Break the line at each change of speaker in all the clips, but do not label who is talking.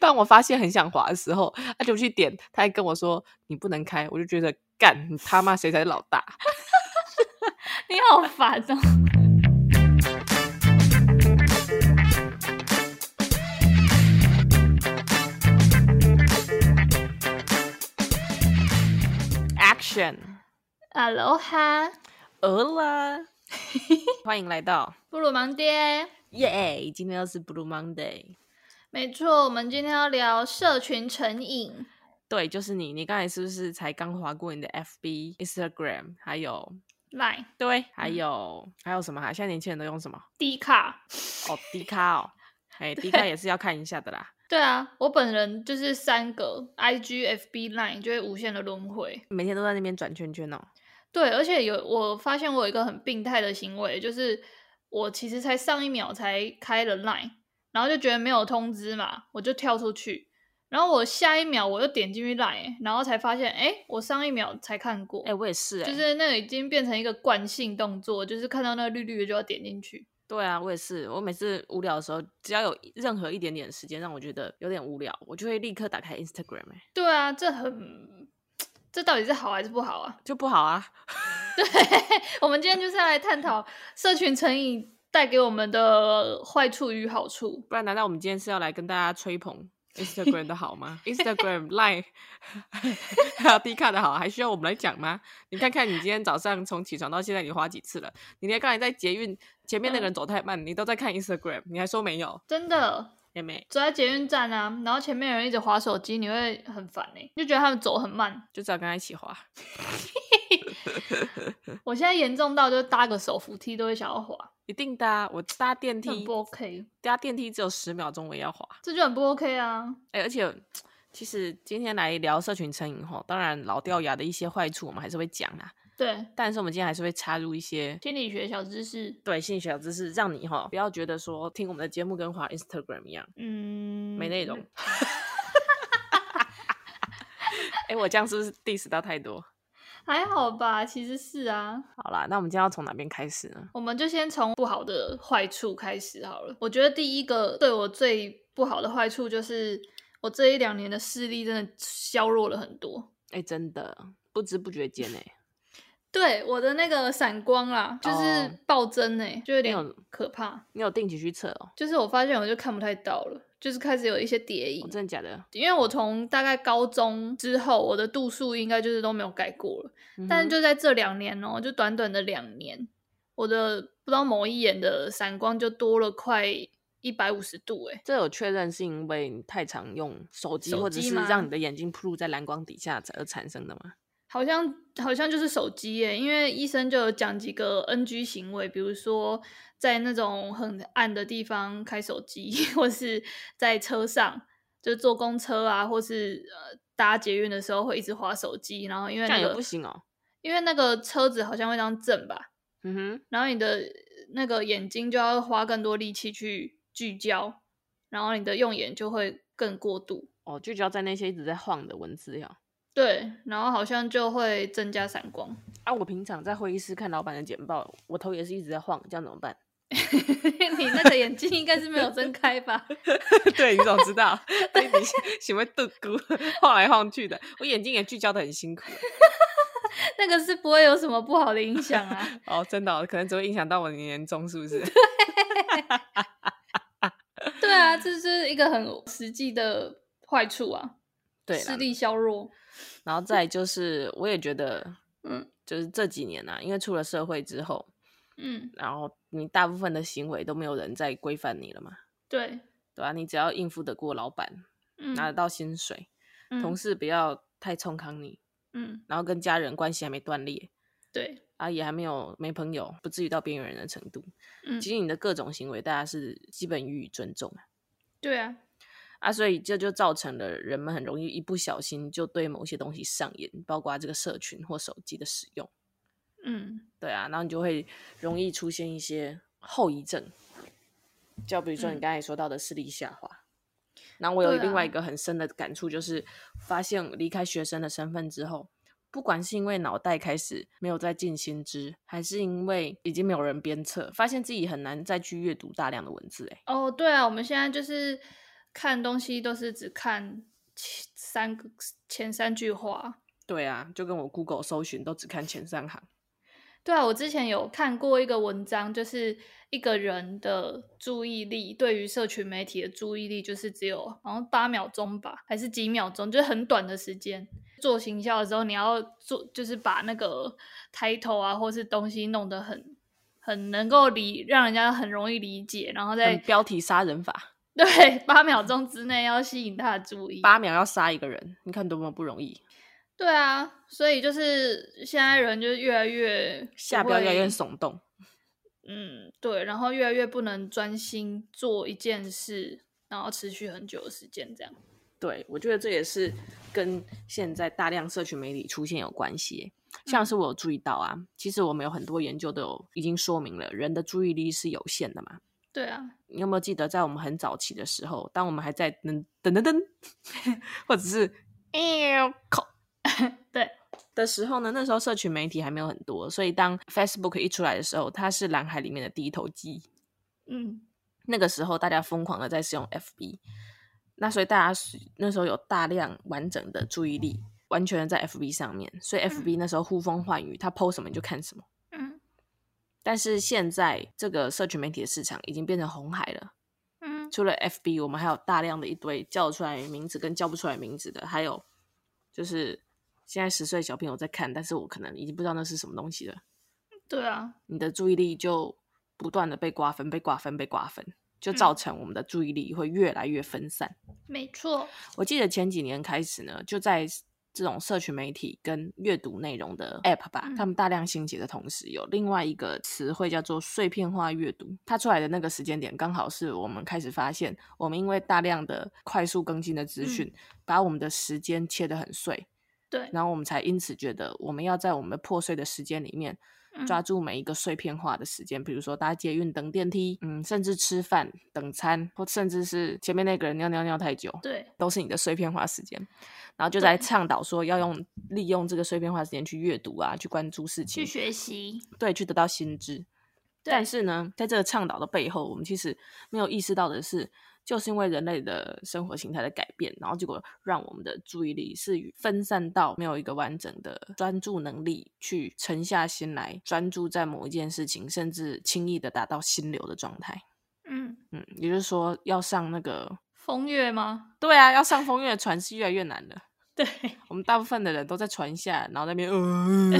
当我发现很想滑的时候，他就去点，他还跟我说你不能开，我就觉得干你他妈谁才是老大？
你好烦哦！
Action，
哈喽哈，
俄 啦！欢迎来到
布鲁盲爹，
耶今天又是 Blue Monday。
没错，我们今天要聊社群成瘾。
对，就是你，你刚才是不是才刚划过你的 FB、Instagram，还有
来，
对，还有、还有什么？还啊现在年轻人都用什么？
低卡，
哦，低卡 哦，哎，低卡也是要看一下的啦。
对啊，我本人就是三个 IG、FB、Line 就会无限的轮回。
每天都在那边转圈圈哦。
对，而且有我发现我有一个很病态的行为，就是我其实才上一秒才开了 Line，然后就觉得没有通知嘛，我就跳出去，然后我下一秒我又点进去 Line，然后才发现，哎、我上一秒才看过，
哎，我也是、哎，
就是那个已经变成一个惯性动作，就是看到那个绿绿的就要点进去。
对啊，我也是。我每次无聊的时候，只要有一任何一点点时间让我觉得有点无聊，我就会立刻打开 Instagram，、欸、
对啊，这很，这到底是好还是不好啊？
就不好啊。
对，我们今天就是要来探讨社群成瘾带给我们的坏处与好处。
不然，难道我们今天是要来跟大家吹捧 Instagram 的好吗？Instagram、Line 还有 D 卡的好，还需要我们来讲吗？你看看你今天早上从起床到现在，你花几次了？你连刚才在捷运前面那个人走太慢，你都在看 Instagram，你还说没有？
真的，
也没，
走在捷运站啊，然后前面有人一直划手机，你会很烦哎、你就觉得他们走很慢。
就只要跟他一起滑。嗯
我现在严重到就是搭个手扶梯都会想要滑，
一定的、啊，我搭电
这很
梯
不，OK，
搭电梯只有十秒钟，我也要滑。
这就很不 OK 啊。
哎、而且其实今天来聊社群成瘾后，当然老掉牙的一些坏处我们还是会讲啦，
对，
但是我们今天还是会插入一些
心理学小知识，
对性小知识，让你哈不要觉得说听我们的节目跟滑 Instagram 一样
嗯，
没内容。 哎、我这样是不是 diss 到太多？
还好吧，其实是啊。
好啦，那我们今天要从哪边开始呢？
我们就先从不好的坏处开始好了。我觉得第一个对我最不好的坏处就是，我这一两年的视力真的削弱了很多。
哎、真的不知不觉间哎、
对我的那个散光啦，就是
哦
暴增哎、就有
那有
点可怕。
你有定期去测哦？
就是我发现我就看不太到了，就是开始有一些叠影
哦。真的假的？
因为我从大概高中之后，我的度数应该就是都没有改过了。但是
就
就在这两年哦、就短短的两年，我的不知道某一眼的散光就多了快一百五十度、欸，
这有确认是因为你太常用手机，
手
或者
机
是
吗
让你的眼睛暴露在蓝光底下才而产生的吗？
好像好像就是手机耶、因为医生就有讲几个 NG 行为，比如说在那种很暗的地方开手机， 或是在车上，就是坐公车啊，或是呃搭捷运的时候会一直划手机，然后因为
这样
那
也
个
不行哦。
因为那个车子好像会这样震吧，
嗯哼，
然后你的那个眼睛就要花更多力气去聚焦，然后你的用眼就会更过度，
哦，聚焦在那些一直在晃的文字呀。
对，然后好像就会增加散光。
啊，我平常在会议室看老板的简报，我头也是一直在晃，这样怎么办？
你那个眼睛应该是没有睁开吧？
对，你总知道， 对你喜欢瞪咕晃来晃去的，我眼睛也聚焦的很辛苦。
那个是不会有什么不好的影响啊。
哦，真的、哦，可能只会影响到我的年终，是不是？
对啊，这是一个很实际的坏处啊，
对啦
视力削弱。
然后再就是，我也觉得，
嗯
就是这几年啊，因为出了社会之后，
嗯，
然后你大部分的行为都没有人在规范你了嘛，
对，
对吧、你只要应付得过老板，
嗯，
拿得到薪水，
嗯
同事不要太冲康你，
嗯，
然后跟家人关系还没断裂，
对，
啊，也还没有没朋友，不至于到边缘人的程度。
嗯
其，实你的各种行为，大家是基本予以尊重啊。
对啊，
啊，所以这就造成了人们很容易一不小心就对某些东西上瘾，包括这个社群或手机的使用。
嗯
对啊，然后你就会容易出现一些后遗症，就比如说你
嗯
刚才说到的视力下滑。然后我有
对
另外
啊
一个很深的感触，就是发现离开学生的身份之后，不管是因为脑袋开始没有在进心知，还是因为已经没有人鞭策，发现自己很难再去阅读大量的文字、欸。
哦，对啊，我们现在就是看东西都是只看前三个前三句话。
对啊，就跟我 Google 搜寻都只看前三行。
对啊，我之前有看过一个文章，就是一个人的注意力对于社群媒体的注意力，就是只有好像八秒钟吧，还是几秒钟，就是很短的时间。做行销的时候，你要做就是把那个 title 啊，或是东西弄得很很能够理，让人家很容易理解，然后再
很标题杀人法，
对八秒钟之内要吸引他的注意。
八秒要杀一个人，你看多么不容易。
对啊，所以就是现在人就越来越不
下标越来
会
越耸动，
嗯，对，然后越来越不能专心做一件事，然后持续很久的时间这样。
对，我觉得这也是跟现在大量社群媒体出现有关系耶。像是我有注意到啊，其实我们有很多研究都有已经说明了，人的注意力是有限的嘛。
对啊，
你有没有记得，在我们很早期的时候，当我们还在噔噔噔噔， 或者是喵口
对，
的时候呢？那时候社群媒体还没有很多，所以当 Facebook 一出来的时候，它是蓝海里面的第一头鸡。
嗯，
那个时候大家疯狂的在使用 FB，那所以大家是那时候有大量完整的注意力，完全地在 FB 上面，所以 FB 那时候呼风唤雨，他 PO 什么你就看什么。
嗯
但是现在这个社群媒体的市场已经变成红海了，
嗯，
除了 FB，我们还有大量的一堆叫得出来名字跟叫不出来名字的，还有就是现在十岁小朋友在看，但是我可能已经不知道那是什么东西了。
对啊，
你的注意力就不断的被瓜分、被瓜分、被瓜分，就
嗯
造成我们的注意力会越来越分散。
没错，
我记得前几年开始呢，就在这种社群媒体跟阅读内容的 App 吧，
嗯
他们大量兴起的同时，有另外一个词汇叫做碎片化阅读。它出来的那个时间点，刚好是我们开始发现，我们因为大量的快速更新的资讯，
嗯
把我们的时间切得很碎，
对，
然后我们才因此觉得，我们要在我们破碎的时间里面
嗯
抓住每一个碎片化的时间，比如说搭捷运、等电梯，嗯，甚至吃饭、等餐，或甚至是前面那个人尿尿尿太久，
对，
都是你的碎片化时间。然后就在
对
倡导说要用利用这个碎片化时间去阅读啊，去关注事情
去，学习，
对，去得到新知。
对
但是呢，在这个倡导的背后，我们其实没有意识到的是，就是因为人类的生活形态的改变，然后结果让我们的注意力是分散到没有一个完整的专注能力去沉下心来专注在某一件事情，甚至轻易的达到心流的状态。
嗯，
嗯，也就是说，要上那个，
风月吗？
对啊，要上风月的船是越来越难了。
对，
我们大部分的人都在船下，然后在那边呃，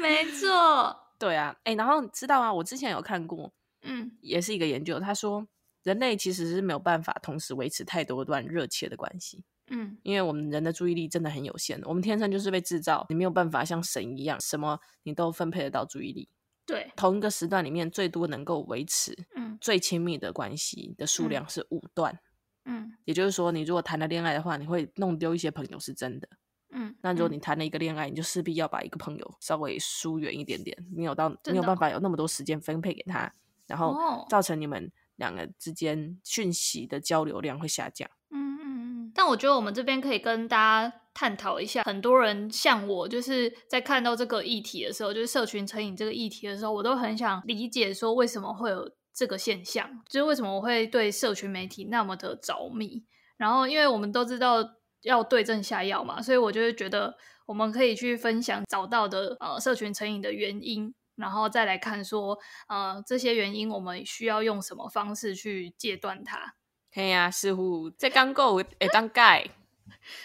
没错，
对啊，哎、然后你知道啊，我之前有看过，
嗯
也是一个研究，他说人类其实是没有办法同时维持太多段热切的关系，
嗯，
因为我们人的注意力真的很有限，我们天生就是被制造，你没有办法像神一样，什么你都分配得到注意力。
对，
同一个时段里面，最多能够维持
嗯
最亲密的关系的数量是五段，
嗯
也就是说，你如果谈了恋爱的话，你会弄丢一些朋友，是真的。
嗯，
那如果
嗯
你谈了一个恋爱，你就势必要把一个朋友稍微疏远一点点，没有到
真
没有
的
办
哦
法有那么多时间分配给他，然后
哦
造成你们两个之间讯息的交流量会下降。
嗯嗯嗯，但我觉得我们这边可以跟大家探讨一下，很多人像我，就是在看到这个议题的时候，就是社群成瘾这个议题的时候，我都很想理解说为什么会有这个现象，就是为什么我会对社群媒体那么的着迷。然后，因为我们都知道要对症下药嘛，所以我就会觉得我们可以去分享找到的呃社群成瘾的原因，然后再来看说呃这些原因我们需要用什么方式去戒断它。
嘿呀、似乎在刚够诶，当盖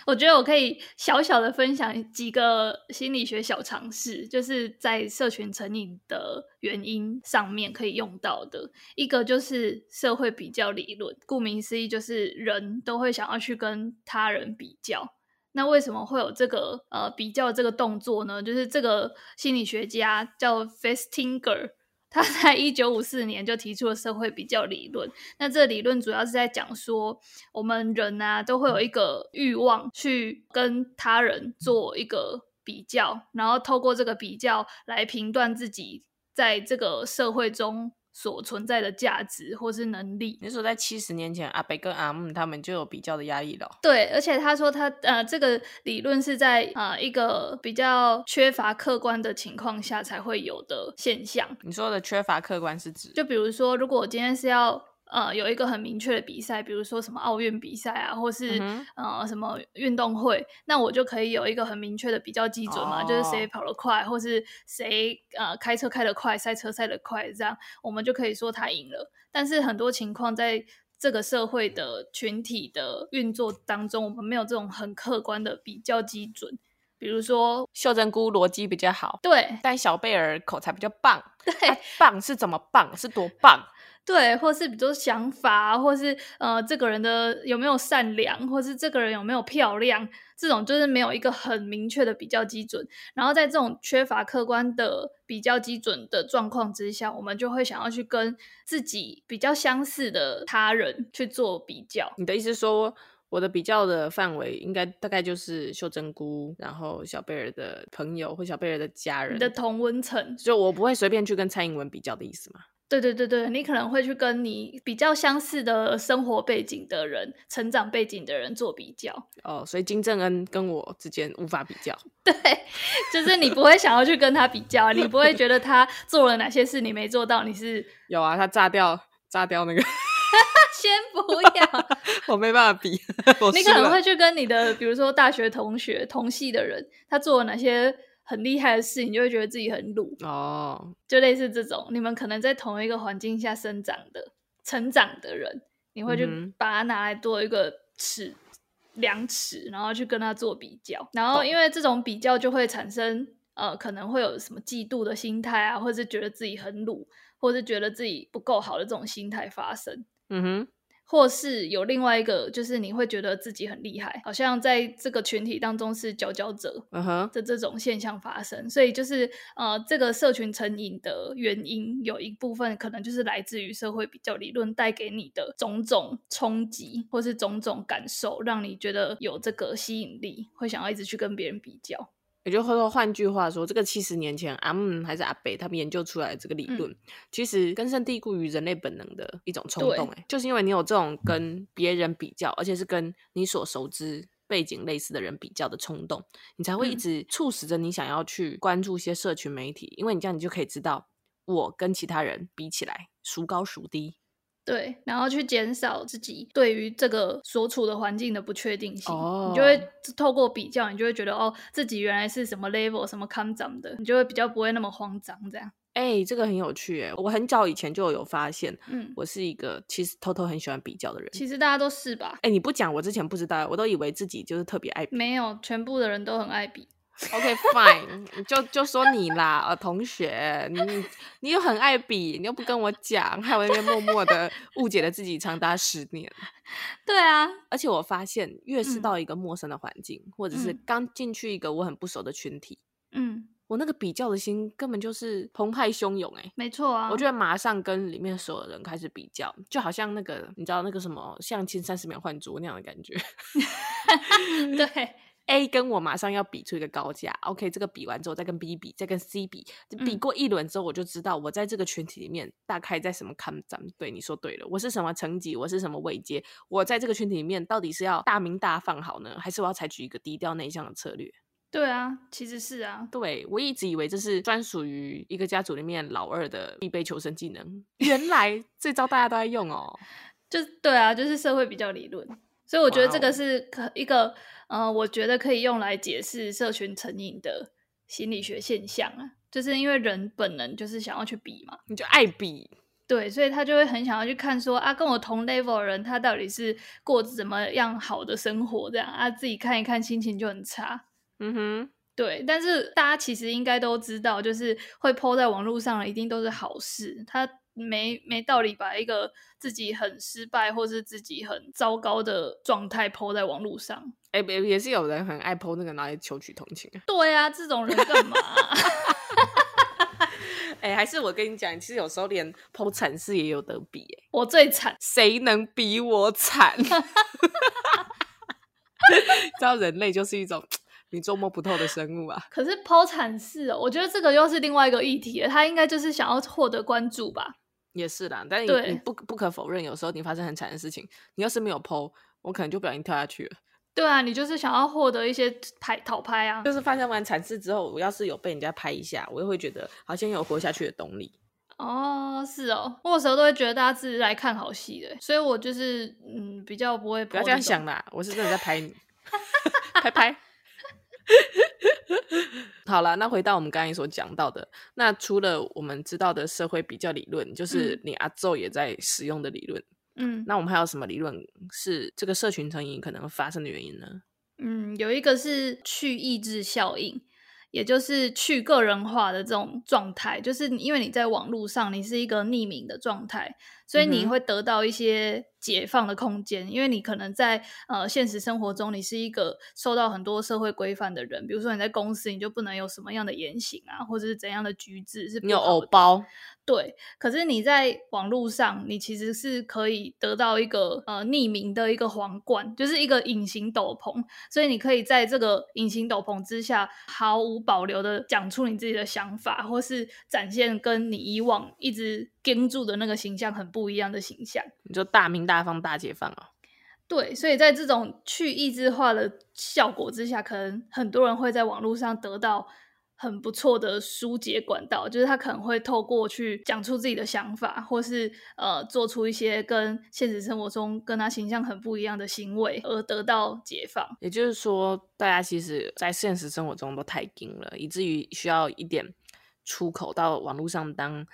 我觉得我可以小小的分享几个心理学小常识，就是在社群成瘾的原因上面可以用到的。一个就是社会比较理论，顾名思义就是人都会想要去跟他人比较。那为什么会有这个呃比较这个动作呢？就是这个心理学家叫 Festinger，他 在一九五四年就提出了社会比较理论。那这理论主要是在讲说，我们人啊都会有一个欲望去跟他人做一个比较，然后透过这个比较来评断自己在这个社会中所存在的价值或是能力。
你说在七十年前，阿北跟阿姆他们就有比较的压力了。
对，而且他说他呃，这个理论是在呃一个比较缺乏客观的情况下才会有的现象。
你说的缺乏客观是指，
就比如说，如果我今天是要呃有一个很明确的比赛，比如说什么奥运比赛啊，或是、
嗯
呃什么运动会，那我就可以有一个很明确的比较基准嘛，就是谁
哦
跑得快，或是谁呃开车开得快，赛车赛得快，这样我们就可以说他赢了。但是很多情况在这个社会的群体的运作当中，我们没有这种很客观的比较基准，比如说
袖珍菇逻辑比较好，
对
但小贝儿口才比较棒。
对
啊棒是怎么棒？是多棒？
对，或是比如说想法，或是呃这个人的有没有善良，或是这个人有没有漂亮，这种就是没有一个很明确的比较基准。然后在这种缺乏客观的比较基准的状况之下，我们就会想要去跟自己比较相似的他人去做比较。
你的意思是说，我的比较的范围应该大概就是袖珍菇，然后小贝儿的朋友或小贝儿的家人
你的同温层，
就我不会随便去跟蔡英文比较的意思嘛？
对对对对，你可能会去跟你比较相似的生活背景的人、成长背景的人做比较。
哦，所以金正恩跟我之间无法比较。
就是你不会想要去跟他比较，你不会觉得他做了哪些事你没做到，你是
有啊，他炸掉炸掉那个，
先不要。
我没办法比， 我
你
输
可能
了
会去跟你的，比如说大学同学、同系的人，他做了哪些很厉害的事，你就会觉得自己很鲁，
哦，
就类似这种。你们可能在同一个环境下生长的、成长的人，你会去
嗯哼
把它拿来做一个尺。量尺，然后去跟他做比较，然后
懂
因为这种比较就会产生呃，可能会有什么嫉妒的心态啊，或是觉得自己很鲁，或是觉得自己不够好的这种心态发生。
嗯哼，
或是有另外一个，就是你会觉得自己很厉害，好像在这个群体当中是佼佼者
嗯哼，
的这种现象发生。所以就是呃，这个社群成瘾的原因有一部分可能就是来自于社会比较理论带给你的种种冲击，或是种种感受，让你觉得有这个吸引力，会想要一直去跟别人比较。
也就是说，换句话说，这个七十年前阿姆还是阿北他们研究出来的这个理论，其实根深蒂固于人类本能的一种冲动、欸。就是因为你有这种跟别人比较，而且是跟你所熟知背景类似的人比较的冲动，你才会一
嗯
直促使着你想要去关注一些社群媒体，因为你这样你就可以知道我跟其他人比起来孰高孰低。
对，然后去减少自己对于这个所处的环境的不确定性，你
哦
就会透过比较，你就会觉得哦，自己原来是什么 level、什么 come down 的，你就会比较不会那么慌张这样。
哎、这个很有趣哎、我很早以前就有发现，
嗯，
我是一个其实偷偷很喜欢比较的人。
其实大家都是吧，
哎、你不讲，我之前不知道，我都以为自己就是特别爱比
没有全部的人都很爱比。
OK fine，就嗯就说你啦，呃，同学，你你你又很爱比，你又不跟我讲，害我那边默默 的误解了自己长达十年。
对啊，
而且我发现，越是
嗯
到一个陌生的环境，或者是
嗯
刚进去一个我很不熟的群体，
嗯，
我那个比较的心根本就是澎湃汹涌、欸，
没错啊，
我就会马上跟里面所有人开始比较，就好像那个你知道那个什么相亲三十秒换桌那样的感觉。
得对，
A 跟我马上要比出一个高价，OK，这个比完之后再跟 B 比，再跟 C 比，比
嗯
过一轮之后，我就知道我在这个群体里面大概在什么看咱们对你说对了，我是什么层级，我是什么位阶，我在这个群体里面到底是要大名大放好呢，还是我要采取一个低调内向的策略？
对啊，其实是啊，
对我一直以为这是专属于一个家族里面老二的必备求生技能，原来这招大家都在用哦。
就对啊，就是社会比较理论。所以我觉得这
哇
个
哦
是可一个呃，我觉得可以用来解释社群成瘾的心理学现象啊，就是因为人本能就是想要去比嘛，
你就爱比，
对，所以他就会很想要去看说啊，跟我同 level 的人他到底是过怎么样好的生活，这样啊，自己看一看心情就很差。
嗯哼，
对，但是大家其实应该都知道，就是会 PO 在网络上的一定都是好事，他没没道理把一个自己很失败或是自己很糟糕的状态 PO 在网络上。
哎、也也是有人很爱剖那个拿来求取同情啊。
对啊，这种人干 嘛、
哎、还是我跟你讲，其实有时候连剖惨事也有得比、欸，
我最惨，
谁能比我惨？ 知道人类就是一种你捉摸不透的生物啊。
可是 PO 惨事哦，我觉得这个又是另外一个议题了。他应该就是想要获得关注吧？
也是啦，但是
对
你你不不可否认，有时候你发生很惨的事情，你要是没有剖，我可能就不小心跳下去了。
对啊，你就是想要获得一些拍讨拍啊。
就是发生完惨事之后，我要是有被人家拍一下，我又会觉得好像有活下去的动力。
哦，是哦，我有时候都会觉得大家自己来看好戏的，欸所以我就是嗯比较不会
不要这样想啦，我是真的在拍你，拍拍。好了，那回到我们刚才所讲到的，那除了我们知道的社会比较理论，就是
嗯
你阿昼也在使用的理论，
嗯
那我们还有什么理论是这个社群成瘾可能会发生的原因呢？
嗯，有一个是去抑制效应，也就是去个人化的这种状态，就是你因为你在网络上你是一个匿名的状态，所以
嗯
你
哼
会得到一些解放的空间，因为你可能在呃现实生活中你是一个受到很多社会规范的人，比如说你在公司你就不能有什么样的言行啊，或者是怎样的举止是不
你有
好
偶
的
包，
对，可是你在网络上，你其实是可以得到一个呃匿名的一个皇冠，就是一个隐形斗篷，所以你可以在这个隐形斗篷之下毫无保留的讲出你自己的想法，或是展现跟你以往一直盯住的那个形象很不一样的形象。
你就大明大放大解放哦。
对，所以在这种去抑制化的效果之下，可能很多人会在网络上得到很不错的疏解管道，就是他可能会透过去讲出自己的想法，或是呃做出一些跟现实生活中跟他形象很不一样的行为，而得到解放。
也就是说，大家其实在现实生活中都太硬了，以至于需要一点出口到网络上当。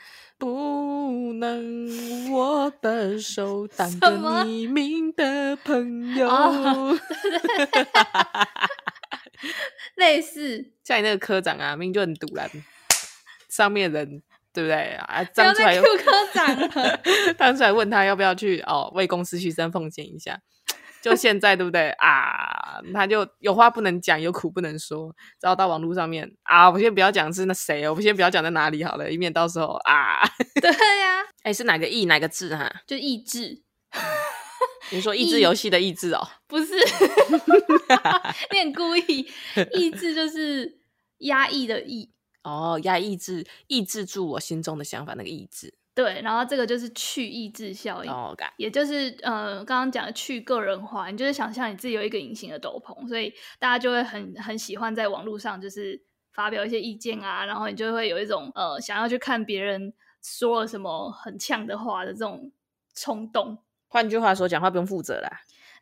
不能我的手当
什
个
么
你命的朋友。
哦类似，
像你那个科长啊，命就很堵然，上面人对不对啊？
不要
站出
再
来
Q 科长了。
站出来问他要不要去哦，为公司牺牲奉献一下。就现在对不对啊？他就有话不能讲，有苦不能说，只好到网络上面啊。我们先不要讲是那谁，哦我们先不要讲在哪里好了，以免到时候啊，
对呀、
哎是哪个意哪个字哈、
就抑制，
你说益智游戏的益智哦，
不是， 你很故意，抑制就是压抑的抑。
哦，要抑制抑制住我心中的想法那个抑制
对，然后这个就是去抑制效应，
哦，嘎
也就是呃，刚刚讲的去个人化，你就是想象你自己有一个隐形的斗篷，所以大家就会很很喜欢在网络上就是发表一些意见啊，然后你就会有一种呃想要去看别人说了什么很呛的话的这种冲动。
换句话说，讲话不用负责啦。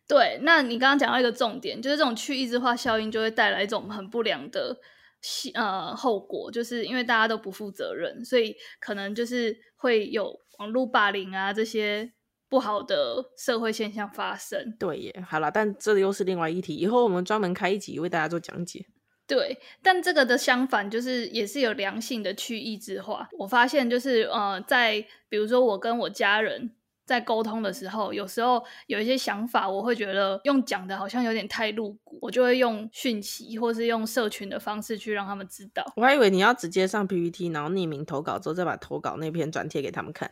对，那你刚刚讲到一个重点，就是这种去抑制化效应就会带来一种很不良的系呃后果，就是因为大家都不负责任，所以可能就是会有网络霸凌啊这些不好的社会现象发生。
对耶，好啦，但这又是另外一题，以后我们专门开一集为大家做讲解。
对，但这个的相反就是也是有良性的去抑制化。我发现就是呃，在比如说我跟我家人在沟通的时候，有时候有一些想法，我会觉得用讲的好像有点太露骨，我就会用讯息或是用社群的方式去让他们知道。
我还以为你要直接上 PPT，然后匿名投稿之后再把投稿那篇转贴给他们 看。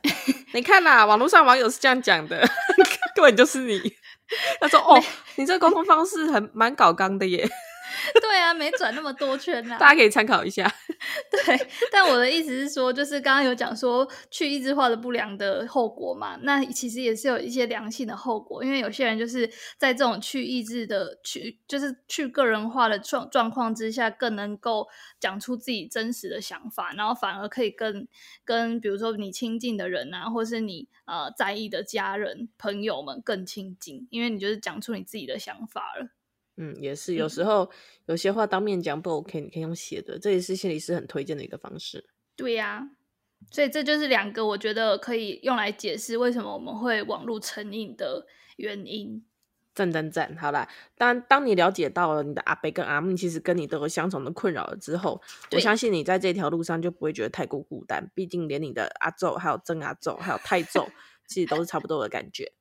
你看啦，网络上网友是这样讲的， 根本就是你。 他说：“哦，你这个沟通方式很蛮搞纲的耶，
对啊，没转那么多圈啊呐、
大家可以参考一下。
对，但我的意思是说，就是刚刚有讲说去抑制化的不良的后果嘛，那其实也是有一些良性的后果，因为有些人就是在这种去抑制的去，就是去个人化的状状况之下，更能够讲出自己真实的想法，然后反而可以跟跟比如说你亲近的人啊，或是你呃在意的家人朋友们更亲近，因为你就是讲出你自己的想法了。”
嗯，也是，有时候有些话当面讲不 OK，你可以用写的，这也是心理师很推荐的一个方式。
对呀、所以这就是两个我觉得可以用来解释为什么我们会网络成瘾的原因。
赞赞赞！好啦，当当你了解到了你的阿伯跟阿姆其实跟你都有相同的困扰了之后，我
对
相信你在这条路上就不会觉得太过孤单。毕竟连你的阿昼、还有曾阿昼、还有泰 昼，其实都是差不多的感觉。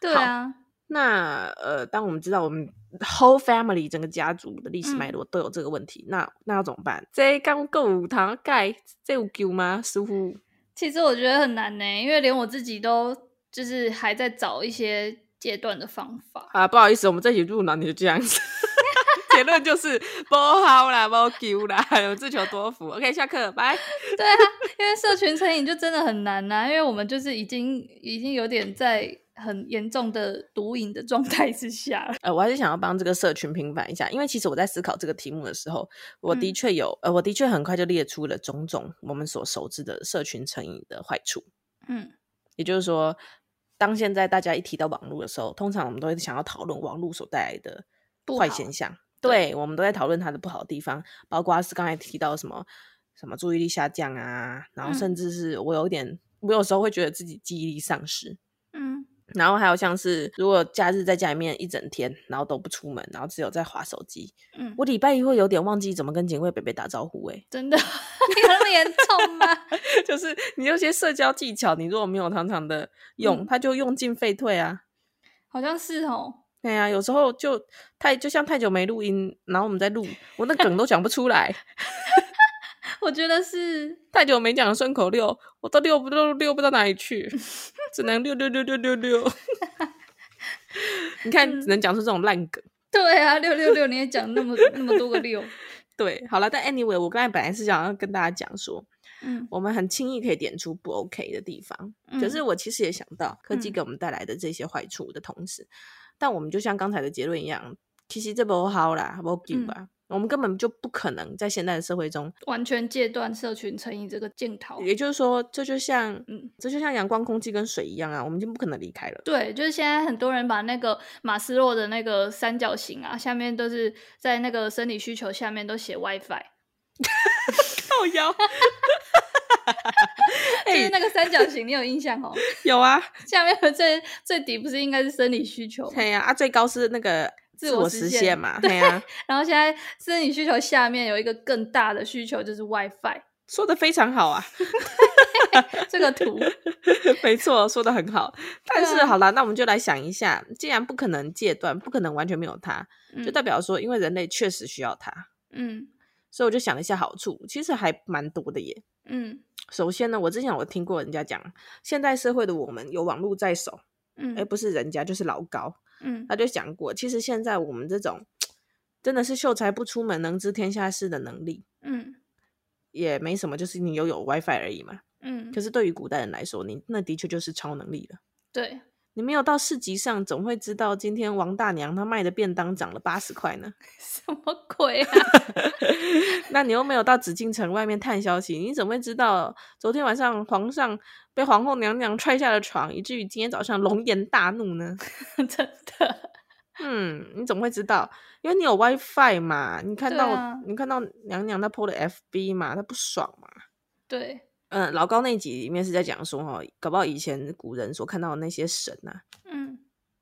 对啊，
那呃，当我们知道我们 whole family 整个家族的历史脉
嗯
络都有这个问题，那那要怎么办？这刚够有糖盖，这有救吗？似乎
其实我觉得很难呢、因为连我自己都就是还在找一些阶段的方法。
啊，不好意思，我们这集录呢你就这样子。 结论就是不好啦，不 Q 啦， 我自求多福。OK，下课，拜。
对啊，因为社群成瘾就真的很难呐、因为我们就是已经已经有点在很严重的毒瘾的状态之下了。
呃，我还是想要帮这个社群平反一下，因为其实我在思考这个题目的时候，我的
嗯
确有，呃，我的确很快就列出了种种我们所熟知的社群成瘾的坏处。
嗯
也就是说，当现在大家一提到网络的时候，通常我们都会想要讨论网络所带来的
不
坏
好
现象。
对
对，我们都在讨论它的不好的地方，包括是刚才提到什么什么注意力下降啊，然后
嗯
甚至是我有点，我有时候会觉得自己记忆力丧失。
嗯
然后还有像是，如果假日在家里面一整天，然后都不出门，然后只有在划手机，
嗯，
我礼拜一会有点忘记怎么跟警卫北北打招呼、欸。
真 的有那么严重吗？
就是你有些社交技巧，你如果没有常常的用，
嗯
它就用进废退啊。
好像是哦。
对呀、有时候就太就像太久没录音，然后我们在录，我那梗都讲不出 来。
我觉得是，
太久没讲顺口溜，我都溜不溜溜不到哪里去，只能溜溜溜溜溜溜。 你看，
嗯
只能讲出这种烂梗。
对啊，六六六，你也讲那么那么多个六，
对，好了，但 anyway，我刚才本来是想要跟大家讲说，
嗯，
我们很轻易可以点出不 OK 的地方，可是
嗯
我其实也想到科技
嗯
给我们带来的这些坏处的同时，但我们就像刚才的结论一样，其实这不好啦，不 g
嗯
吧，我们根本就不可能在现代的社会中，
完全戒断社群成瘾这个镜头。
也就是说，这就像
嗯，
这就像阳光、空气跟水一样啊，我们已经不可能离开了。
对，就是现在很多人把那个马斯洛的那个三角形啊，下面都是在那个生理需求下面都写 WiFi，
靠腰，
就
哎
是那个三角形，你有印象哦？
有啊，
下面的最最底不是应该是生理需求吗？
对呀、啊，最高是那个
自
自
我
我
实
实
现
现嘛，对呀、
然后现在生理需求下面有一个更大的需求，就是 WiFi
说的非常好 啊，
这个 图。
没错，说的很好。但
对
是
啊
好啦，那我们就来想一下，既然不可能戒断，不可能完全没有它，就
嗯
代表说，因为人类确实需要它，
嗯
所以我就想了一下好处，其实还蛮多的耶。
嗯
首先呢，我之前有听过人家讲，现代社会的我们有网络在手，
嗯
哎、不是人家就是老高，
嗯
他就讲过，其实现在我们这种真的是秀才不出门，能知天下事的能力
嗯
也没什么，就是你有有 WiFi 而已嘛。
嗯，
可是对于古代人来说，你那的确就是超能力了。
对，
你没有到市集上，总会知道今天王大娘她卖的便当涨了八十块呢。
什么鬼啊？
那你又没有到紫禁城外面探消息，你怎么会知道昨天晚上皇上被皇后娘娘踹下了床，以至于今天早上龙颜大怒呢？
真的，
嗯，你怎么会知道？因为你有 WiFi 嘛，你看
对
到、
啊
你看到娘娘她 PO 的 FB 嘛，她不爽嘛。
对，
嗯，老高那集里面是在讲说哦，搞不好以前古人所看到的那些神呐、啊，
嗯，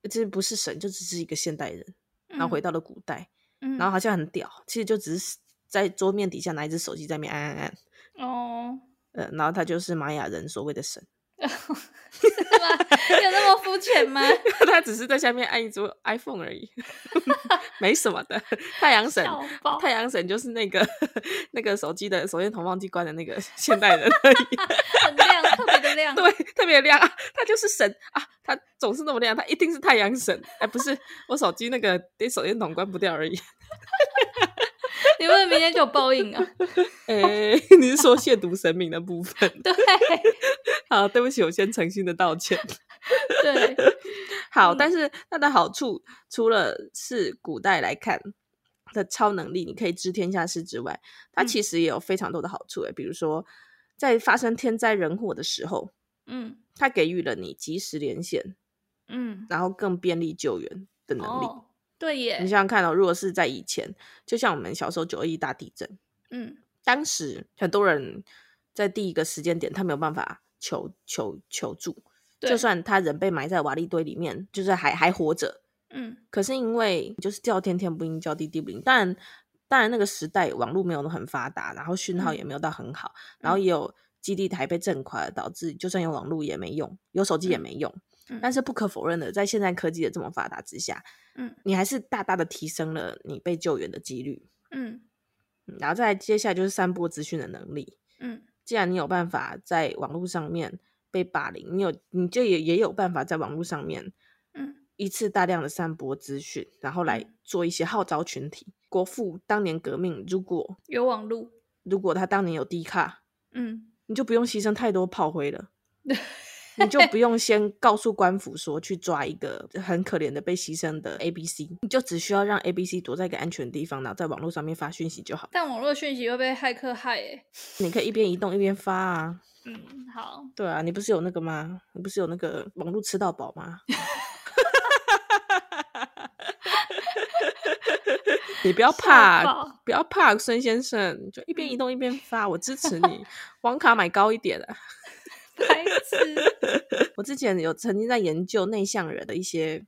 其实不是神，就只是一个现代人，然后回到了古代，
嗯，嗯
然后好像很屌，其实就只是在桌面底下拿一只手机在那边按按按。
哦，
呃，然后他就是玛雅人所谓的神，
是吗？有那么肤 浅吗？
他只是在下面按一组 iPhone 而已， 没什么的。 太阳神，
笑爆！
太阳神就是那个 那个手机的手电筒忘记关的那个现代人而已，
很亮，特别的亮。
对，特别亮啊，他就是神啊，他总是那么亮，他一定是太阳神。哎，不是，我手机那个手电筒关不掉而已。
你问明天就有报应啊？
哎， 你是说亵渎神明的部分？
对
好，对不起，我先诚心的道歉。
对，
好，但是它的好处除了是古代来看的超能力，你可以知天下事之外，它
嗯
其实也有非常多的好处诶、哎比如说在发生天灾人祸的时候，
嗯
它给予了你及时连线，
嗯，
然后更便利救援的能力。
哦，对耶
你，想想看哦，如果是在以前，就像我们小时候九二一大地震，
嗯
当时很多人在第一个时间点，他没有办法求求求助，
对，
就算他人被埋在瓦砾堆里面，就是还还活着，
嗯
可是因为就是叫天天不应，叫地地不灵。当然，当然那个时代网络没有很发达，然后讯号
嗯
也没有到很好，然后
嗯
也有基地台被震垮了，导致就算有网络也没用，有手机也
嗯
没用。
嗯
但是不可否认的，在现在科技的这么发达之下，
嗯
你还是大大的提升了你被救援的几率。
嗯
嗯然后再来接下来就是散播资讯的能力。
嗯
既然你有办法在网络上面被霸凌，你有你就也也有办法在网络上面
嗯
一次大量的散播资讯，然后来
嗯
做一些号召群体。国父当年革命，如果
有网路，
如果他当年有低卡，
嗯，
你就不用牺牲太多炮灰了。你就不用先告诉官府说去抓一个很可怜的被牺牲的 A、B、C，你就只需要让 A、B、C 躲在一个安全的地方，然后在网络上面发讯息就好。
但网络讯息会被骇客害、欸，
你可以一边移动一边发啊，
嗯，好，
对啊，你不是有那个吗？你不是有那个网络吃到饱吗？ 你不要
吓爆
怕，不要怕，孙先生，你就一边移动一边发，我支持你。网卡买高一点啊！
白痴，
我之前有曾经在研究内向人的一些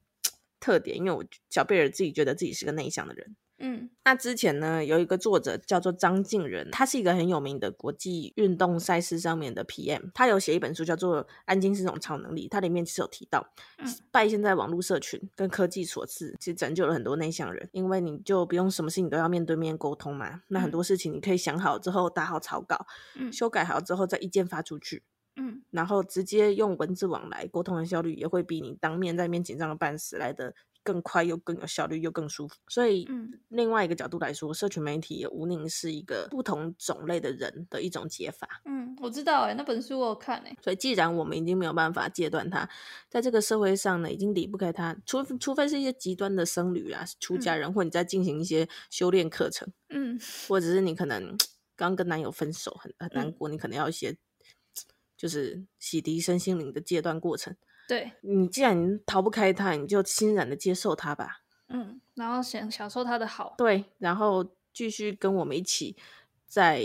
特点，因为我小贝尔自己觉得自己是个内向的人。
嗯
那之前呢，有一个作者叫做张敬仁，他是一个很有名的国际运动赛事上面的 PM，他有写一本书叫做《安静是种超能力》，它里面其实有提到，
嗯
拜现在网络社群跟科技所赐，其实拯救了很多内向人，因为你就不用什么事情都要面对面沟通嘛，那很
嗯
多事情你可以想好之后打好草稿，
嗯
修改好之后再意见发出去，
嗯，
然后直接用文字往来沟通的效率也会比你当面在面紧张的半死来的更快，又更有效率，又更舒服。所以，
嗯
另外一个角度来说，社群媒体也无宁是一个不同种类的人的一种解法。
嗯，我知道、欸，哎，那本书我有看、欸，哎，
所以，既然我们已经没有办法戒断它，在这个社会上呢，已经离不开它，除除非是一些极端的僧侣啊、出家
嗯
人，或你在进行一些修炼课程，
嗯
或者是你可能刚跟男友分手，很很难
嗯
过，你可能要一些就是洗涤身心灵的戒断过程。
对，
你既然逃不开它，你就欣然的接受它吧。
嗯，然后享享受它的好，
对，然后继续跟我们一起在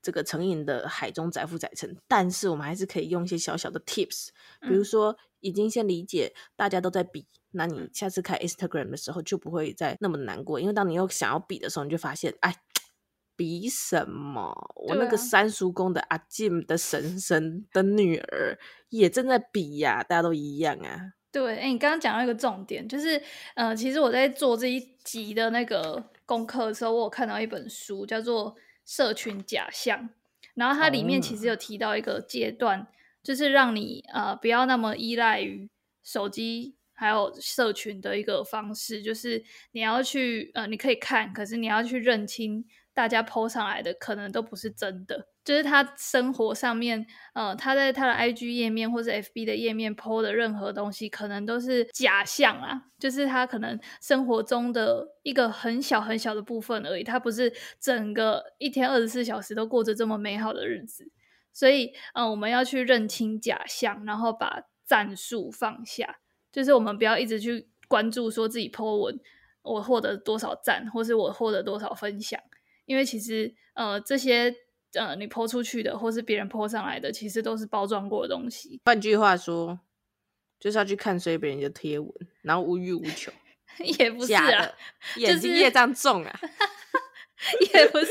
这个成瘾的海中载浮载沉。但是我们还是可以用一些小小的 tips，比如
嗯
说已经先理解大家都在比，那你下次开 Instagram 的时候就不会再那么难过，因为当你又想要比的时候，你就发现，哎。比什么？我那
对
个
啊
三叔公的阿进的婶婶的女儿也正在比呀、大家都一样啊。
对，哎、你刚刚讲到一个重点，就是，呃，其实我在做这一集的那个功课的时候，我有看到一本书叫做《社群假象》，然后它里面其实有提到一个阶段，就是让你呃不要那么依赖于手机还有社群的一个方式，就是你要去呃，你可以看，可是你要去认清大家 PO 上来的可能都不是真的。就是他生活上面，呃，他在他的 IG 页面或是 FB 的页面 PO 的任何东西，可能都是假象啦，就是他可能生活中的一个很小很小的部分而已，他不是整个一天二十四小时都过着这么美好的日子。所以，嗯，我们要去认清假象，然后把战术放下，就是我们不要一直去关注说自己 Po 文，我获得多少赞，或是我获得多少分享，因为其实呃这些呃你 Po 出去的，或是别人 Po 上来的，其实都是包装过的东西，
换句话说，就是要去看随别人的贴文，然后无欲无 求，
也不是
假
啊
的，，眼睛
是
业障重啊。
也不是，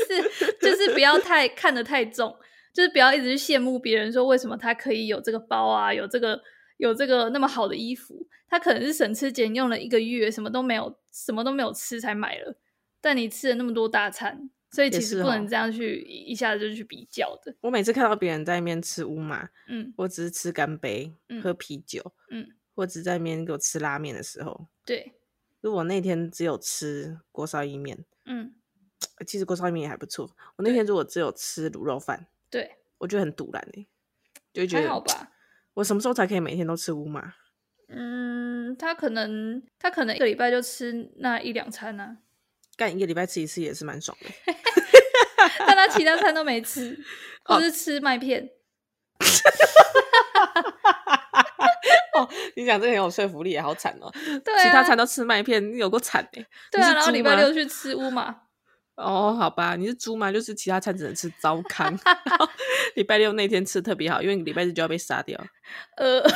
就是不要太看得太重，就是不要一直去羡慕别人说为什么他可以有这个包啊，有这个有这个那么好的衣服，他可能是省吃俭用了一个月，什么都没有，什么都没有吃才买了，但你吃了那么多大餐，所以
也
其
是
实不
哦
能这样去一一下子就去比较的，
我每次看到别人在那边吃乌马，
嗯，
我只是吃干杯、
嗯
喝啤酒，
嗯，
或者在那边给我吃拉面的时候，
对，
如果那天只有吃锅烧意面，
嗯，
呃其实锅烧意面也还不错。我那天如果只有吃卤肉饭，
对，
我就很堵然哎、就会觉
还好
得
吧。
我什么时候才可以每天都吃乌马？
嗯，他可能他可能一个礼拜就吃那一两餐啊呢、
干一个礼拜吃一次也是蛮爽的。
但他其他餐都没 吃，
哦
或是吃麦片。
你讲这个很有说服力，好惨哦、
对、啊，
其他餐都吃麦片，你有够惨哎、
对啊，
是
然后
猪
礼拜
吗
六去吃乌马，
哦，好吧，你是猪吗？就是其他餐只能吃糟糠， 然后礼拜六那天吃特别好，因为你礼拜日就要被杀掉。
呃，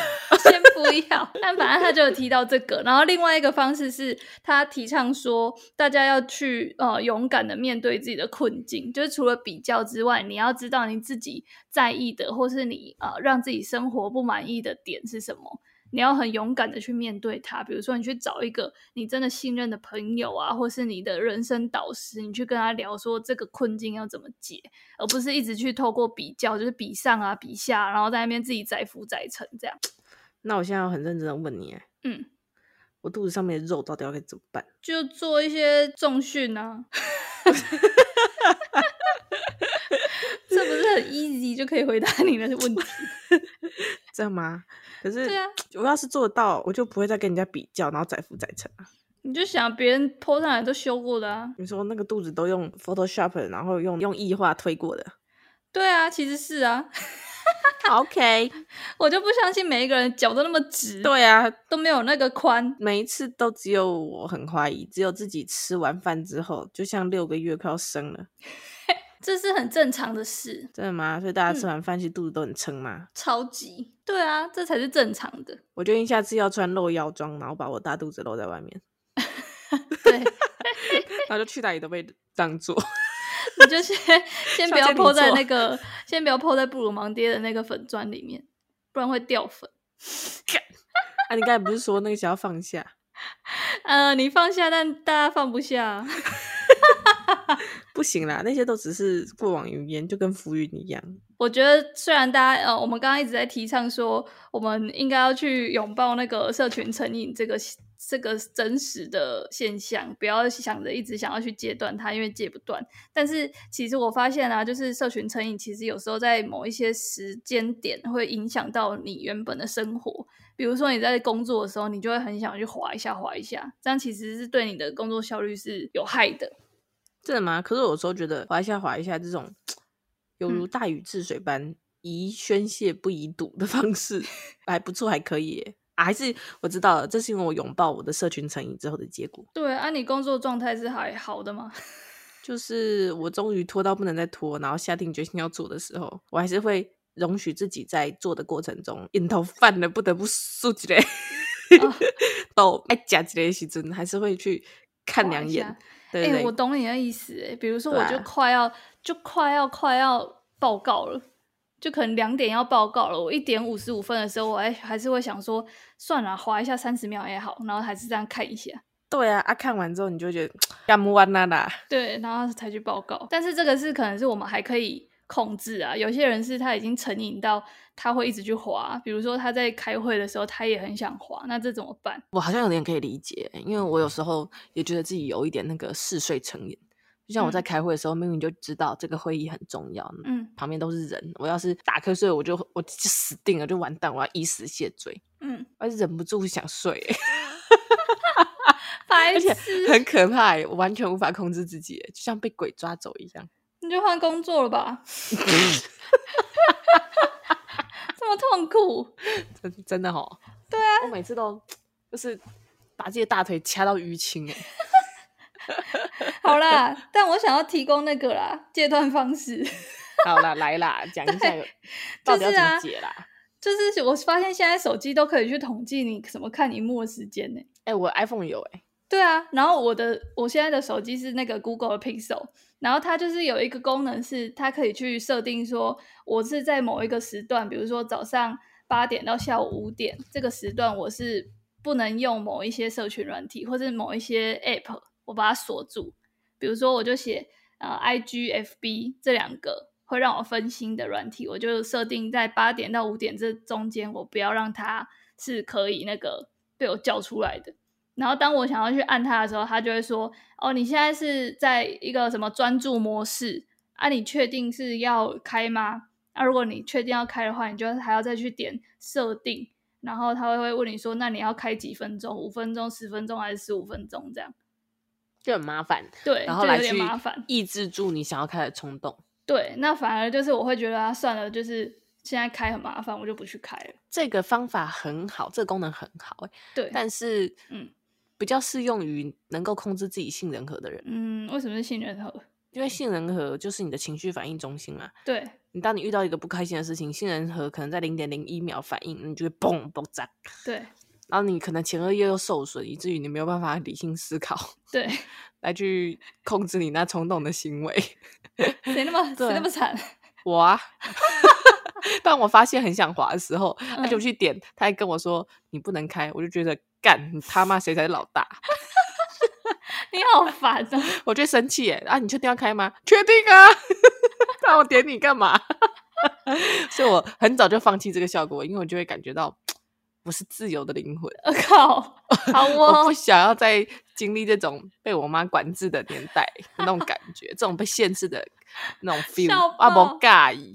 先不要。但反正他就有提到这个，然后另外一个方式是他提倡说，大家要去呃勇敢的面对自己的困境，就是除了比较之外，你要知道你自己在意的，或是你呃让自己生活不满意的点是什么。你要很勇敢的去面对它，比如说你去找一个你真的信任的朋友啊，或是你的人生导师，你去跟他聊说这个困境要怎么解，而不是一直去透过比较，就是比上啊比下啊，然后在那边自己载浮载沉这样。
那我现在要很认真的问你，
嗯，
我肚子上面的肉到底要该怎么办？
就做一些重训啊， 这不是很 easy 就可以回答你的问题？
这样吗？可是
对啊，
我要是做得到，我就不会再跟人家比较，然后载浮载沉啊。
你就想别人 PO 上来都修过的啊，
你说那个肚子都用 Photoshop，然后用用异化推过的。
对啊，其实是啊，
OK，
我就不相信每一个人脚都那么直，，
对啊，
都没有那个宽，
每一次都只有我很怀疑，只有自己吃完饭之后，就像六个月快要生了，
这是很正常的事，
真的吗？所以大家吃
嗯
完饭其实肚子都很撑吗？
超级对啊，这才是正常的，
我决定下次要穿露腰装，然后把我大肚子露在外面，
对，
然后就去哪里都被当做。
你就先先不要
小姐你
PO 在
做
那个，先不要 PO 在布鲁芒爹的那个粉砖里面，不然会掉粉。
啊，你刚才不是说那个想要放下，
呃，你放下，但大家放不下。
不行啦，那些都只是过往云烟，就跟浮云一样。
我觉得虽然大家呃，我们刚刚一直在提倡说，我们应该要去拥抱那个社群成瘾这个这个真实的现象，不要想着一直想要去戒断它，因为戒不断。但是其实我发现啊，就是社群成瘾，其实有时候在某一些时间点会影响到你原本的生活。比如说你在工作的时候，你就会很想去划一下划一下，这样其实是对你的工作效率是有害的。
真的吗？可是我有时候觉得滑一下滑一下这种，犹如
嗯
大禹治水般宜宣泄不宜堵的方式，还不错，还可以耶、啊。还是我知道了，这是因为我拥抱我的社群成瘾之后的结果，
对啊，你工作状态是还好的吗？
就是我终于拖到不能再拖，然后下定决心要做的时候，我还是会容许自己在做的过程中，瘾头犯了不得不竖起来，哦，爱夹起来的时阵，还是会去看
划
两
一下
眼。对
哎、
对对，
我懂你的意思、哎，比如说
对
我就
啊
快要、就快要快要报告了，就可能两点要报告了，我一点五十五分的时候，我哎还还是会想说，算了，划一下三十秒也好，然后还是这样看一下，
对啊，啊，看完之后你就会觉得干么完啦啦。
对，然后才去报告。但是这个是可能是我们还可以控制啊，有些人是他已经成瘾到他会一直去划，比如说他在开会的时候，他也很想划，那这怎么办？
我好像有点可以理解，因为我有时候也觉得自己有一点那个嗜睡成瘾。就像我在
嗯
开会的时候，明明就知道这个会议很重要，
嗯
旁边都是人，我要是打瞌睡，我就我就死定了，就完蛋，我要以死谢罪，
嗯，
而且忍不住想睡、
白
而且
痴，
很可怕、欸，我完全无法控制自己、欸，就像被鬼抓走一样。
你就换工作 了吧？这么痛苦，
真真的哈，对啊，我每次都就是把自己的大腿掐到淤青、欸，
好啦，但我想要提供那个啦，戒断方式，
好啦，来啦，讲一下有 到底要
是
怎
啊
么解啦。
就是我发现现在手机都可以去统计你什么看荧幕的时间呢、
哎、我 iPhone 有哎、
对啊，然后我的我现在的手机是那个 Google 的 Pixel，然后它就是有一个功能是它可以去设定说，我是在某一个时段，比如说早上八点到下午五点这个时段，我是不能用某一些社群软体或是某一些 App，我把它锁住。比如说，我就写呃 IG、FB 这两个会让我分心的软体，我就设定在八点到五点这中间，我不要让它是可以那个被我叫出来的。然后当我想要去按它的时候，它就会说：“哦，你现在是在一个什么专注模式啊？你确定是要开吗？啊，如果你确定要开的话，你就还要再去点设定，然后它会问你说：那你要开几分钟？五分钟、十分钟还是十五分钟？这样
就很麻烦，
对，
然后
就
来
有点
去
麻烦。
抑制住你想要开的冲动。
对，那反而就是我会觉得啊，算了，就是现在开很麻烦，我就不去开了。
这个方法很好，这个功能很好、欸，
对，
但是
嗯
比较适用于能够控制自己杏仁核的人，
嗯，为什么是杏仁核？
因为杏仁核就是你的情绪反应中心嘛。
对，
你当你遇到一个不开心的事情，杏仁核可能在零点零一秒反应，你就会嘣爆炸，
对，
然后你可能前额叶又受损，以至于你没有办法理性思考
对，
来去控制你那冲动的行为。
谁那么谁
对
那么惨？
我啊， 当我发现很想滑的时候，他就
嗯
去点，他还跟我说你不能开，我就觉得干你他妈谁才是老大，
你好烦哦、
我就生气耶！啊，你确定要开吗？确定啊， 让我点你 干嘛？所以我很早就放弃这个效果，因为我就会感觉到我我是自由的灵魂，
我呃 靠，好
我
哦
不，想要再经历这种被我妈管制的年代的那种感觉，这种被限制的那种 feel，啊
笑
我
爆
不介意。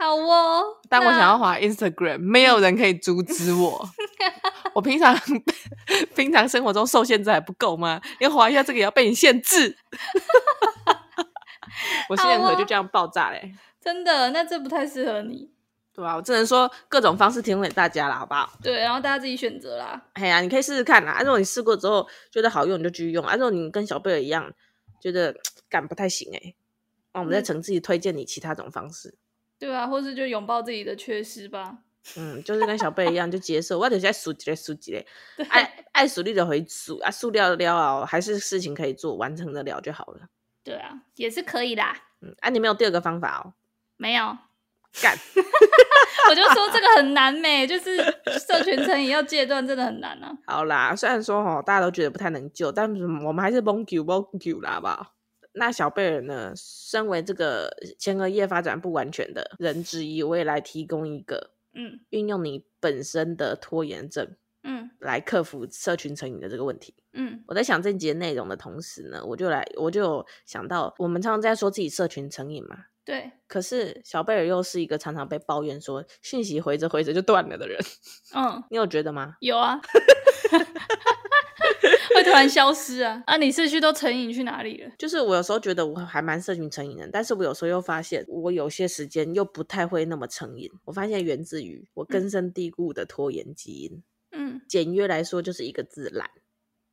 好哦。
但我想
那
要滑 Instagram，没有人可以阻止 我。我平常 平常生活中受限制还不够吗？连滑一下这个也要被你限制。 我现在
好哦
就这样爆炸嘞、
真的，那这不太适合你。
对啊，我只能说各种方式提供给大家啦，好不好？
对，然后大家自己选择啦。
哎呀，你可以试试看啦。啊如果你试过之后觉得好用，你就继续用；啊，如果你跟小贝尔一样觉得感不太行、欸，哎，那我们再
嗯
诚挚地推荐你其他种方式。
对啊，或是就拥抱自己的缺失吧。
嗯，就是跟小贝一样，就接受，我就是爱数几类数几类， 爱爱数你就回数啊，数了了啊，还是事情可以做，完成得了就好了。
对啊，也是可以啦。
嗯，啊，你没有第二个方法哦，
没有，
干，
我就说这个很难咩，就是社群成瘾要戒断真的很难啊。
好啦，虽然说哦，大家都觉得不太能救，但是我们还是蒙救蒙救啦，好不好？那小贝尔呢，身为这个前额叶发展不完全的人之一，我也来提供一个
嗯
运用你本身的拖延症
嗯
来克服社群成瘾的这个问题。
嗯
我在想这节内容的同时呢，我就来，我就有想到，我们常常在说自己社群成瘾嘛，
对，
可是小贝尔又是一个常常被抱怨说讯息回着回着就断了的人，
嗯，
你有觉得吗？
有啊， 会突然消失啊。啊，你社区都成瘾去哪里了？
就是我有时候觉得我还蛮社群成瘾的，但是我有时候又发现，我有些时间又不太会那么成瘾。我发现源自于我根深蒂固的拖延基因，
嗯
简约来说就是一个字懒。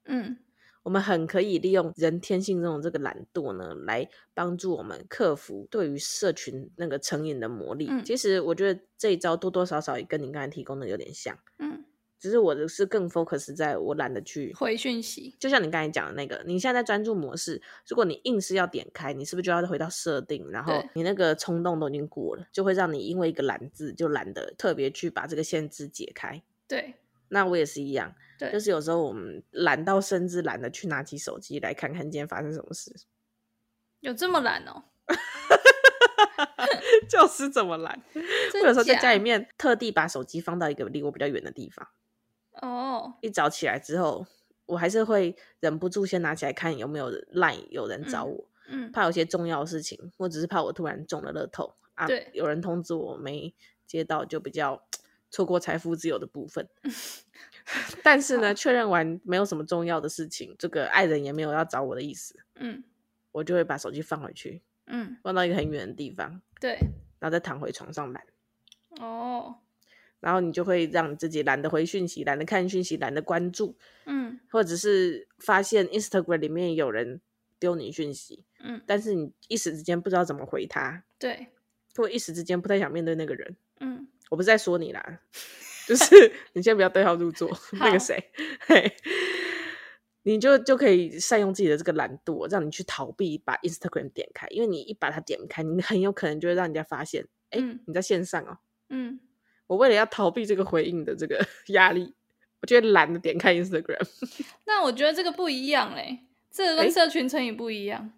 嗯
我们很可以利用人天性中的这个懒惰呢，来帮助我们克服对于社群那个成瘾的魔力。
嗯
其实我觉得这一招多多少少也跟你刚才提供的有点像，
嗯，
只是我的是更 focus 在我懒得去。
回讯息。
就像你刚才讲的那个，你现在在专注模式，如果你硬是要点开，你是不是就要回到设定？然后
对
你那个冲动都已经过了，就会让你因为一个懒字就懒得特别去把这个限制解开。
对
那我也是一样，
对，
就是有时候我们懒到甚至懒得去拿起手机来看看今天发生什么事，
有这么懒哦。
就是这么懒。我
真
有时候在家
假
里面特地把手机放到一个离我比较远的地方，
哦，
一早起来之后，我还是会忍不住先拿起来看有没有 line 有人找
嗯
我，
嗯，
怕有些重要的事情，或者是怕我突然中了乐透啊
对，
有人通知我没接到，就比较错过财富自由的部 分。但是呢，
好
确认完没有什么重要的事情，这个爱人也没有要找我的意思，
嗯
我就会把手机放回去，
嗯，
放到一个很远的地方，
对，
然后再躺回床上懒。
哦，
然后你就会让你自己懒得回讯息，懒得看讯息，懒得关注，
嗯
或者是发现 Instagram 里面有人丢你讯息，
嗯，
但是你一时之间不知道怎么回他，
对，
或一时之间不太想面对那个人。
嗯
我不是在说你啦，就是 你先不要对号入座。那个
好
谁，嘿，你就就可以善用自己的这个懒惰，让你去逃避把 Instagram 点开，因为你一把它点开，你很有可能就会让人家发现，哎、
嗯
你在线上哦。
嗯，
我为了要逃避这个回应的这个 压力，我就会懒得点开 Instagram。
那我觉得这个不一样嘞，这个
诶
跟社群成瘾不一样。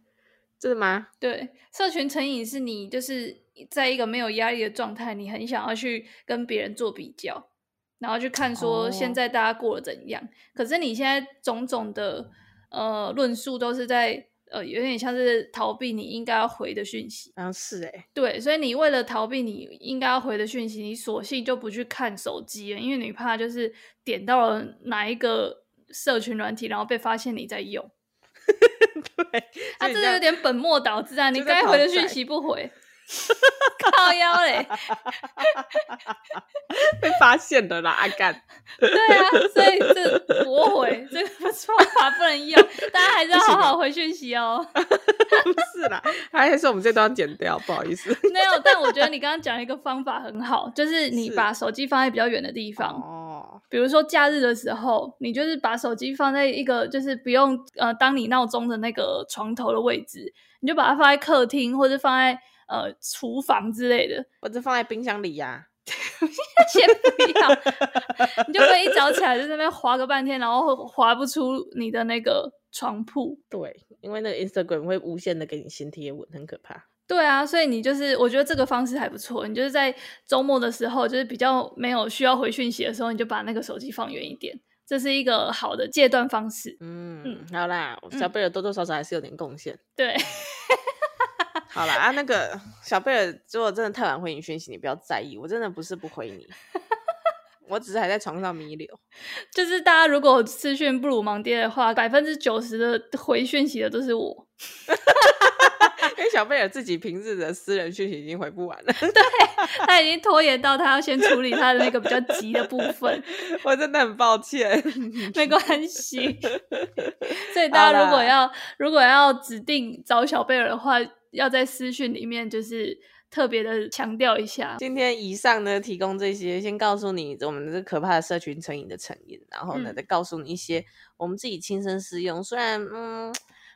真的吗？
对，社群成瘾是你就是在一个没有压力的状态，你很想要去跟别人做比较，然后去看说
哦
现在大家过得怎样。可是你现在种种的呃论述都是在呃有点像是逃避你应该要回的讯息。
好像是 哎、欸，
对，所以你为了逃避你应该要回的讯息，你索性就不去看手机了，因为你怕就是点到了哪一个社群软体，然后被发现你在用。
对，
啊，
所以你
这
知道
有点本末倒置啊！你
就在
该
讨
回的
债
讯息 不回，靠腰嘞。
被发现了啦，阿干。
对啊，所以这驳回这个不错啊，不能用，大家还是要
不行
好
啊
好回讯息哦。
不是啦，还是我们这段要剪掉，不好意 思。
没有，但我觉得你刚刚讲了一个方法很好，就是你
是
把手机放在比较远的地方，
哦，
比如说假日的时候，你就是把手机放在一个就是不用呃当你闹钟的那个床头的位置，你就把它放在客厅或者放在呃厨房之类的，
我只放在冰箱里呀、
先不要， 你就不会一早起来就在那边滑个半天，然后滑不出你的那个床铺。
对，因为那个 Instagram 会无限的给你新贴文，很可怕。
对啊，所以你就是我觉得这个方式还不错，你就是在周末的时候，就是比较没有需要回讯息的时候，你就把那个手机放远一点，这是一个好的戒断方式。
嗯
嗯，
好啦，我小贝尔多多少少还是有点贡献。
对，
好啦，啊，那个小贝尔，如果真的太晚回你讯息，你不要在意，我真的不是不回你，我只是还在床上弥留。
就是大家如果私讯布鲁芒爹的话，百分之九十的回讯息的都是 我。
因为小贝尔自己平日的私人讯息已经回不完了，
他已经拖延到他要先处理他的那个比较急的部 分，
我真的很抱歉。
没关 系。所以大家如
好
果
啦
要如果要指定找小贝尔的话，要在私讯里面就是特别的强调一下。
今天以上呢，提供这些，先告诉你我们这可怕的社群成瘾的成因，然后呢，
嗯
再告诉你一些我们自己亲身试用，虽然嗯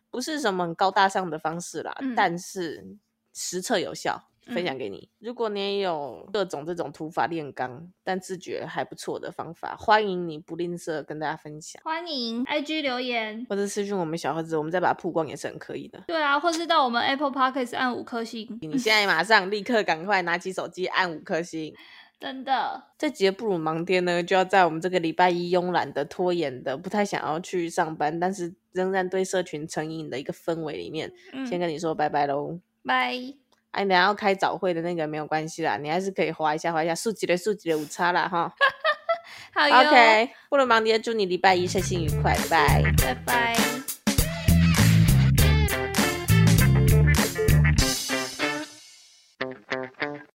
不是什么很高大上的方式啦，
嗯
但是实测有效，分享给你。如果你也有各种这种土法炼钢，但自觉还不错的方法，欢迎你不吝啬跟大家分享，
欢迎 IG 留言，
或者私讯我们小盒子，我们再把它曝光也是很可以的。
对啊，或是到我们 Apple Podcast 按五颗星，
你现在马上立刻赶快拿起手机按五颗星。
真的，
这节布鲁盲爹呢，就要在我们这个礼拜一慵懒的、拖延的、不太想要去上班，但是仍然对社群成瘾的一个氛围里面，先
嗯，
跟你说拜拜喽。
拜，
哎，你要开早会的那个没有关系啦，你还是可以划一下划一下，竖起来竖起来，五叉啦哈。
好哟哎
OK，布鲁盲爹祝你礼拜一身心愉快，拜拜。
拜拜。